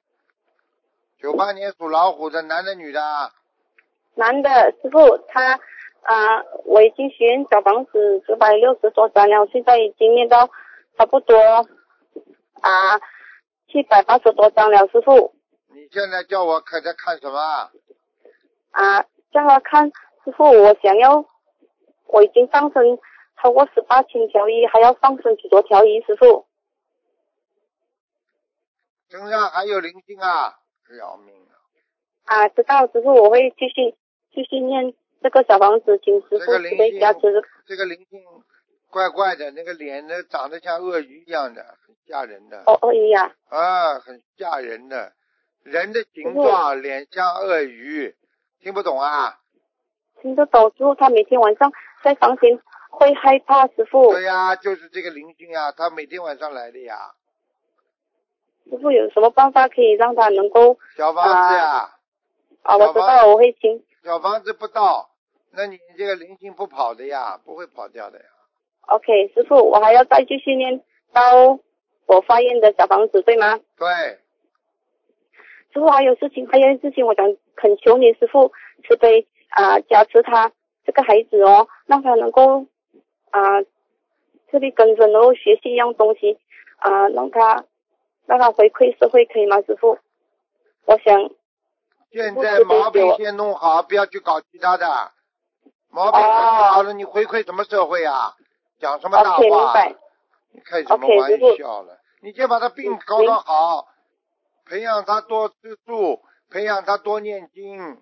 S1: 九八年属老虎的，男的女的啊？
S5: 男的师傅，他啊，我已经许愿小房子九百六十多张了，现在已经念到差不多啊七百八十多张了，师傅。
S1: 你现在叫我看在看什么啊？
S5: 啊，这样来看，师傅，我想要，我已经上升超过十八千条鱼，还要上升许多条鱼，师傅。
S1: 身上还有灵性啊，要命啊！
S5: 啊，知道，师傅，我会继续继续念这个小房子，请师
S1: 这
S5: 傅
S1: 个
S5: 慈悲
S1: 灵
S5: 加
S1: 性
S5: 持。
S1: 这个灵性怪怪的，那个脸呢长得像鳄鱼一样的，很吓人的
S5: 哦，鳄鱼呀、
S1: 啊，很吓人的。人的形状，脸像鳄鱼，听不懂啊？
S5: 听得懂，师傅，他每天晚上在房间会害怕，师傅。
S1: 对呀、就是这个灵性啊，他每天晚上来的呀。
S5: 师傅有什么办法可以让他能够
S1: 小房子呀、
S5: 啊？我知
S1: 好吧
S5: 道，我会请。
S1: 小房子不到，那你这个灵性不跑的呀，不会跑掉的呀。
S5: OK，师傅，我还要再继续念到我发愿的小房子，对吗？
S1: 对，
S5: 师傅还有事情，还有事情，我想恳求你师傅慈悲啊、加持他这个孩子哦，让他能够啊、自力更生，然后学习一样东西啊、让他让他回馈社会，可以吗，师傅？我想
S1: 现在毛病先弄好，不要去搞其他的。毛病弄好了，你回馈什么社会啊？讲什么大
S5: OK 啊明
S1: 话？
S5: 白
S1: 你开什么
S5: OK，
S1: 玩
S5: 师傅
S1: 笑了？你先把他病搞搞好，培养他多吃素，培养他多念经，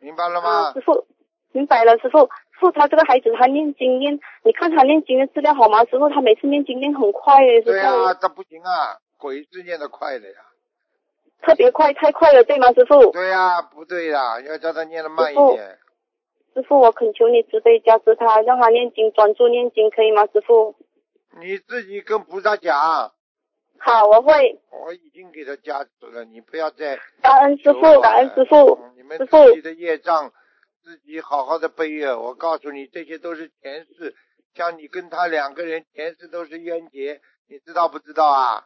S1: 明白了吗
S5: 啊、师？傅明白了，师傅。师傅，他这个孩子他念经念，你看他念经的质量好吗？师傅，他每次念经念很快耶，师
S1: 对呀、
S5: 傅，
S1: 这不行啊，鬼是念的快的呀。
S5: 特别快，太快了，对吗，师傅？
S1: 对呀、不对呀、要叫他念的慢一
S5: 师傅
S1: 点。
S5: 师傅，我恳求你慈悲加持他，让他念经，专注念经，可以吗，师傅？
S1: 你自己跟菩萨讲，
S5: 好，我会。
S1: 我已经给他加持了，你不要再
S5: 感恩师
S1: 求我了
S5: 傅，感恩师傅。
S1: 嗯你们
S5: 师父
S1: 自己的业障自己好好的背啊！我告诉你，这些都是前世，像你跟他两个人前世都是冤结，你知道不知道啊？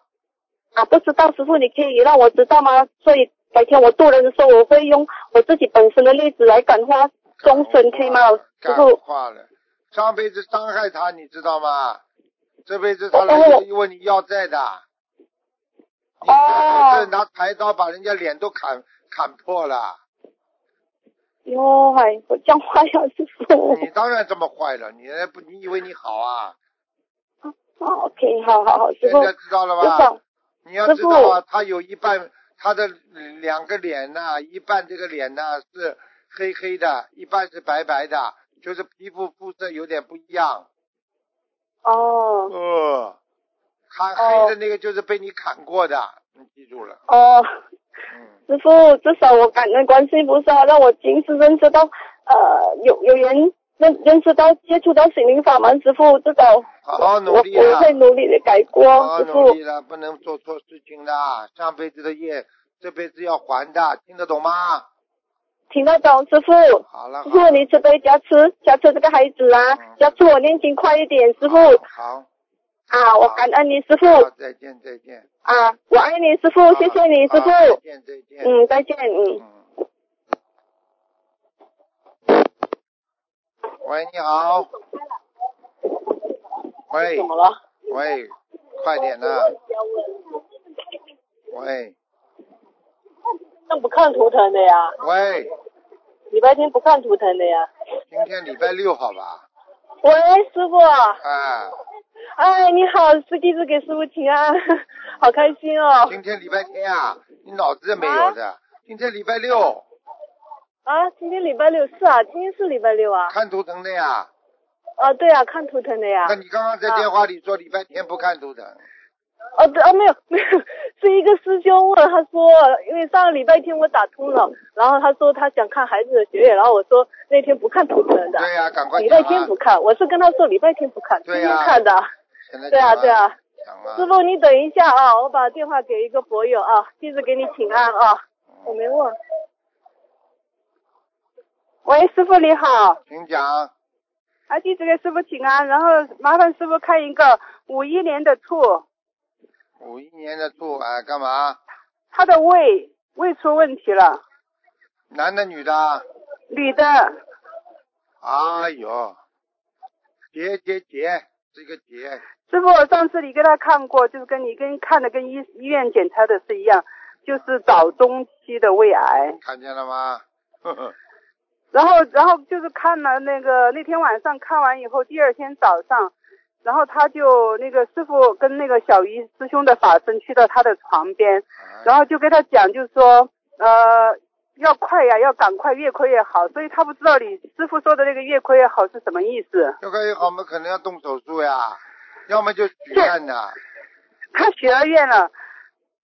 S5: 啊，不知道师傅，你可以让我知道吗？所以改天我渡人的时候，我会用我自己本身的例子来感化众生，可以吗，师
S1: 感
S5: 傅？
S1: 化了，上辈子伤害他，你知道吗？这辈子他来问你要债的，你这
S5: 哦哦，
S1: 拿柴刀把人家脸都砍砍破了，
S5: 哟，哎，我讲话要师 傅。
S1: 你当然这么坏了，你还不你以为你好啊？
S5: 哦，OK，好好好，师
S1: 现
S5: 傅，啊
S1: 在
S5: 我
S1: 知道了吧？
S5: 想，
S1: 你要
S5: 师
S1: 知道啊
S5: 父，
S1: 他有一半他的两个脸呐、一半这个脸呐、是黑黑的，一半是白白的，就是皮肤肤色有点不一样。
S5: 哦
S1: 哦，砍黑的那个就是被你砍过的，你记住了。
S5: 哦，
S1: 嗯，
S5: 师傅，至少我感恩观世音菩萨，让我今世认识到，呃，有有缘认认识到接触到心灵法门，师傅，至少
S1: 好好
S5: 我
S1: 哦努
S5: 我
S1: 力啊了，
S5: 会努力的改过
S1: 好，好
S5: 哦师
S1: 努
S5: 傅
S1: 力。了，不能做错事情的。啊上辈子的业，这辈子要还的，听得懂吗？
S5: 听得懂，师傅。
S1: 好了，
S5: 师
S1: 好
S5: 傅，你慈悲加持加持这个孩子啊
S1: 嗯，
S5: 加持我念经快一点，师傅
S1: 好，
S5: 啊，我感恩你，师傅
S1: 好，再见，再见。
S5: 啊，我爱你，师
S1: 好
S5: 傅，谢谢你，师
S1: 好
S5: 傅，
S1: 再见，再见。
S5: 嗯，再见，嗯。
S1: 嗯。喂，你好。喂。怎么了？喂，快点呐、喂
S4: 那不看图腾的呀，
S1: 喂，
S4: 礼拜天不看图腾的呀。
S1: 今天礼拜六好吧？
S4: 喂，师傅，
S1: 啊，
S4: 哎，你好，是弟子给师傅请安， 好开心哦。
S1: 今天礼拜天啊，你脑子没有的。今天礼拜六，
S4: 啊，今天礼拜六是啊，今天是礼拜六啊。
S1: 看图腾的呀。
S4: 啊，对啊，看图腾的呀
S1: 那。你刚刚在电话里说礼拜天不看图腾，
S4: 哦，对啊，没有没有，是一个师兄问，他说，因为上个礼拜天我打通了，然后他说他想看孩子的学业，然后我说那天不看图腾的，
S1: 对呀、赶快
S4: 礼
S1: 讲
S4: 拜天
S1: 啊
S4: 不！看，我是跟他说礼拜天不看，今
S1: 对
S4: 天
S1: 呀
S4: 看的。
S1: 现在
S4: 对
S1: 讲
S4: 啊，对啊。
S1: 讲啊。
S4: 师傅，你等一下啊，我把电话给一个博友啊，弟子给你请安啊。我没忘。
S6: 喂，师傅你好，
S1: 请讲，
S6: 啊，弟子给师傅请安，然后麻烦师傅看一个五一年的兔，
S1: 五一年的兔啊，干嘛？
S6: 他的胃胃出问题了，
S1: 男的女的？
S6: 女的，
S1: 哎呦，结结结，这个结，
S6: 师傅上次你给他看过，就是跟你跟看的跟医医院检查的是一样，就是早中期的胃癌。
S1: 看见了 吗？呵呵，
S6: 然后，然后就是看了那个那天晚上看完以后，第二天早上，然后他就那个师傅跟那个小鱼师兄的法身去到他的床边，
S1: 哎
S6: 然后就跟他讲，就说呃要快呀，要赶快，越快越好。所以他不知道你师傅说的那个越快越好是什么意思。
S1: 这个也好，我们可能要动手术呀，要么就许愿呐，
S6: 他许了愿了，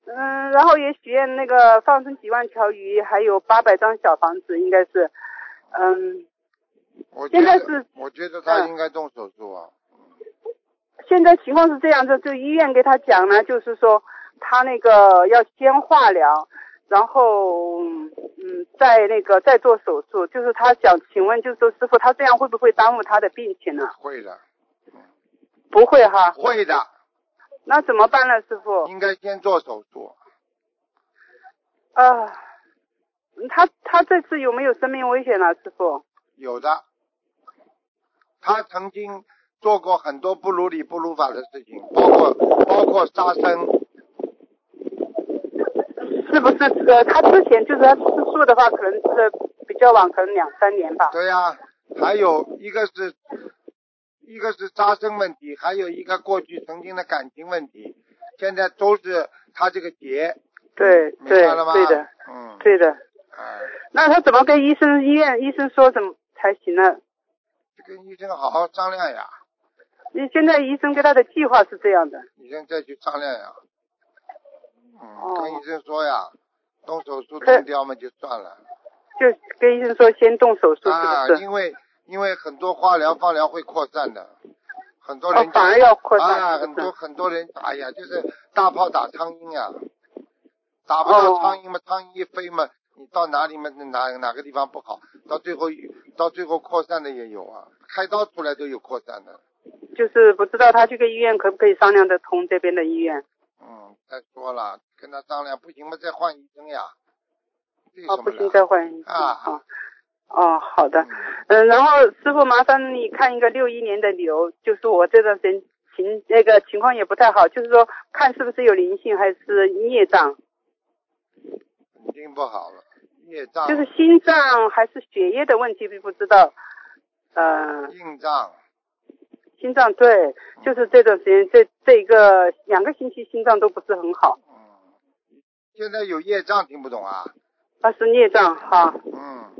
S6: 嗯，然后也许愿那个放生几万条鱼，还有八百张小房子，应该是，嗯，
S1: 我觉
S6: 现在是
S1: 得，我觉得他
S6: 嗯
S1: 应该动手术啊。
S6: 现在情况是这样，就就医院给他讲呢，就是说他那个要先化疗，然后嗯，再那个再做手术。就是他想请问，就是说师傅，他这样会不会耽误他的病情呢？
S1: 会的，
S6: 不会哈，
S1: 会的，
S6: 那怎么办呢，师傅？
S1: 应该先做手术。
S6: 啊、他他这次有没有生命危险呢，师傅？
S1: 有的，他曾经做过很多不如理、不如法的事情，包括包括杀生，
S6: 是不是呃，他之前就是他吃素的话，可能吃的比较晚，可能两三年吧。
S1: 对呀、还有一个是，一个是杀生问题，还有一个过去曾经的感情问题，现在都是他这个结，
S6: 对
S1: 明
S6: 对
S1: 白了吗？
S6: 对的，
S1: 嗯，
S6: 对的。
S1: 哎，
S6: 那他怎么跟医生、医院、医生说怎么才行呢？
S1: 就跟医生好好商量呀，
S6: 你现在医生给他的计划是这样的，
S1: 医生再去商量呀，嗯，
S6: 哦
S1: 跟医生说呀，动手术
S6: 对
S1: 动掉嘛就算了
S6: 就跟医生说先动 手术，
S1: 啊
S6: 是不，是？
S1: 因为因为很多化疗、放疗会扩散的，很多
S6: 哦
S1: 人，
S6: 反而要扩
S1: 啊，
S6: 散，是
S1: 很
S6: 不是
S1: 多？很多人，哎呀，就是大炮打苍蝇呀、打不
S6: 哦
S1: 到苍蝇嘛，苍蝇一飞嘛，你到哪里嘛，哪哪个地方不好，到最后到最后扩散的也有啊，开刀出来都有扩散的。
S6: 就是不知道他这个医院可不可以商量得通这边的医院？
S1: 嗯，再说了，跟他商量不行嘛，再换医生呀，这有
S6: 哦，
S1: 什
S6: 不
S1: 么
S6: 行，
S1: 了？
S6: 再换医生。
S1: 啊
S6: 哦，哦，好的，嗯，然后师傅麻烦你看一个六一年的牛，就是我这段时间情那个情况也不太好，就是说看是不是有灵性还是孽障，
S1: 肯定不好了，孽障、
S6: 就是心脏还是血液的问题，不知道，嗯、
S1: 硬胀，
S6: 心脏对，就是这段时间这这一个两个星期心脏都不是很好，
S1: 现在有业障，听不懂啊？
S6: 那是孽障哈，
S1: 嗯，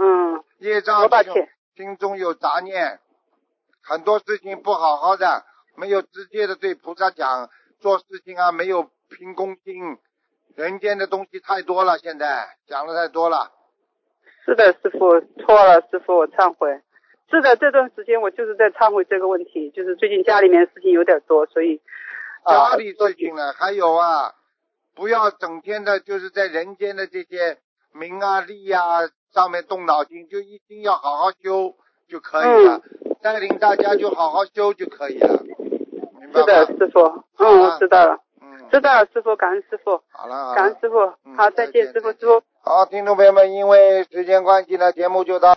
S6: 嗯，
S1: 业障
S6: 我把
S1: 心中
S6: 钱
S1: 心中有杂念，很多事情不好好的，没有直接的对菩萨讲，做事情啊没有凭公心，人间的东西太多了，现在讲的太多了，
S6: 是的，师傅错了，师傅我忏悔。是的，这段时间我就是在忏悔这个问题，就是最近家里面事情有点多，所以啊
S1: 家里事情呢，还有啊，不要整天的就是在人间的这些名啊利啊上面动脑筋，就一定要好好修就可以了，
S6: 嗯
S1: 带领大家就好好修就可以了，明白
S6: 是的，
S1: 吗？
S6: 师傅，
S1: 好
S6: 嗯，
S1: 了
S6: 我知道了，
S1: 嗯，
S6: 知道了，师傅，感恩师傅，
S1: 好了好
S6: 感
S1: 了
S6: 恩。师傅
S1: 嗯，
S6: 好，
S1: 再
S6: 再见，
S1: 见
S6: 师傅，
S1: 再
S6: 师傅。
S1: 好，听众朋友们，因为时间关系呢，节目就到。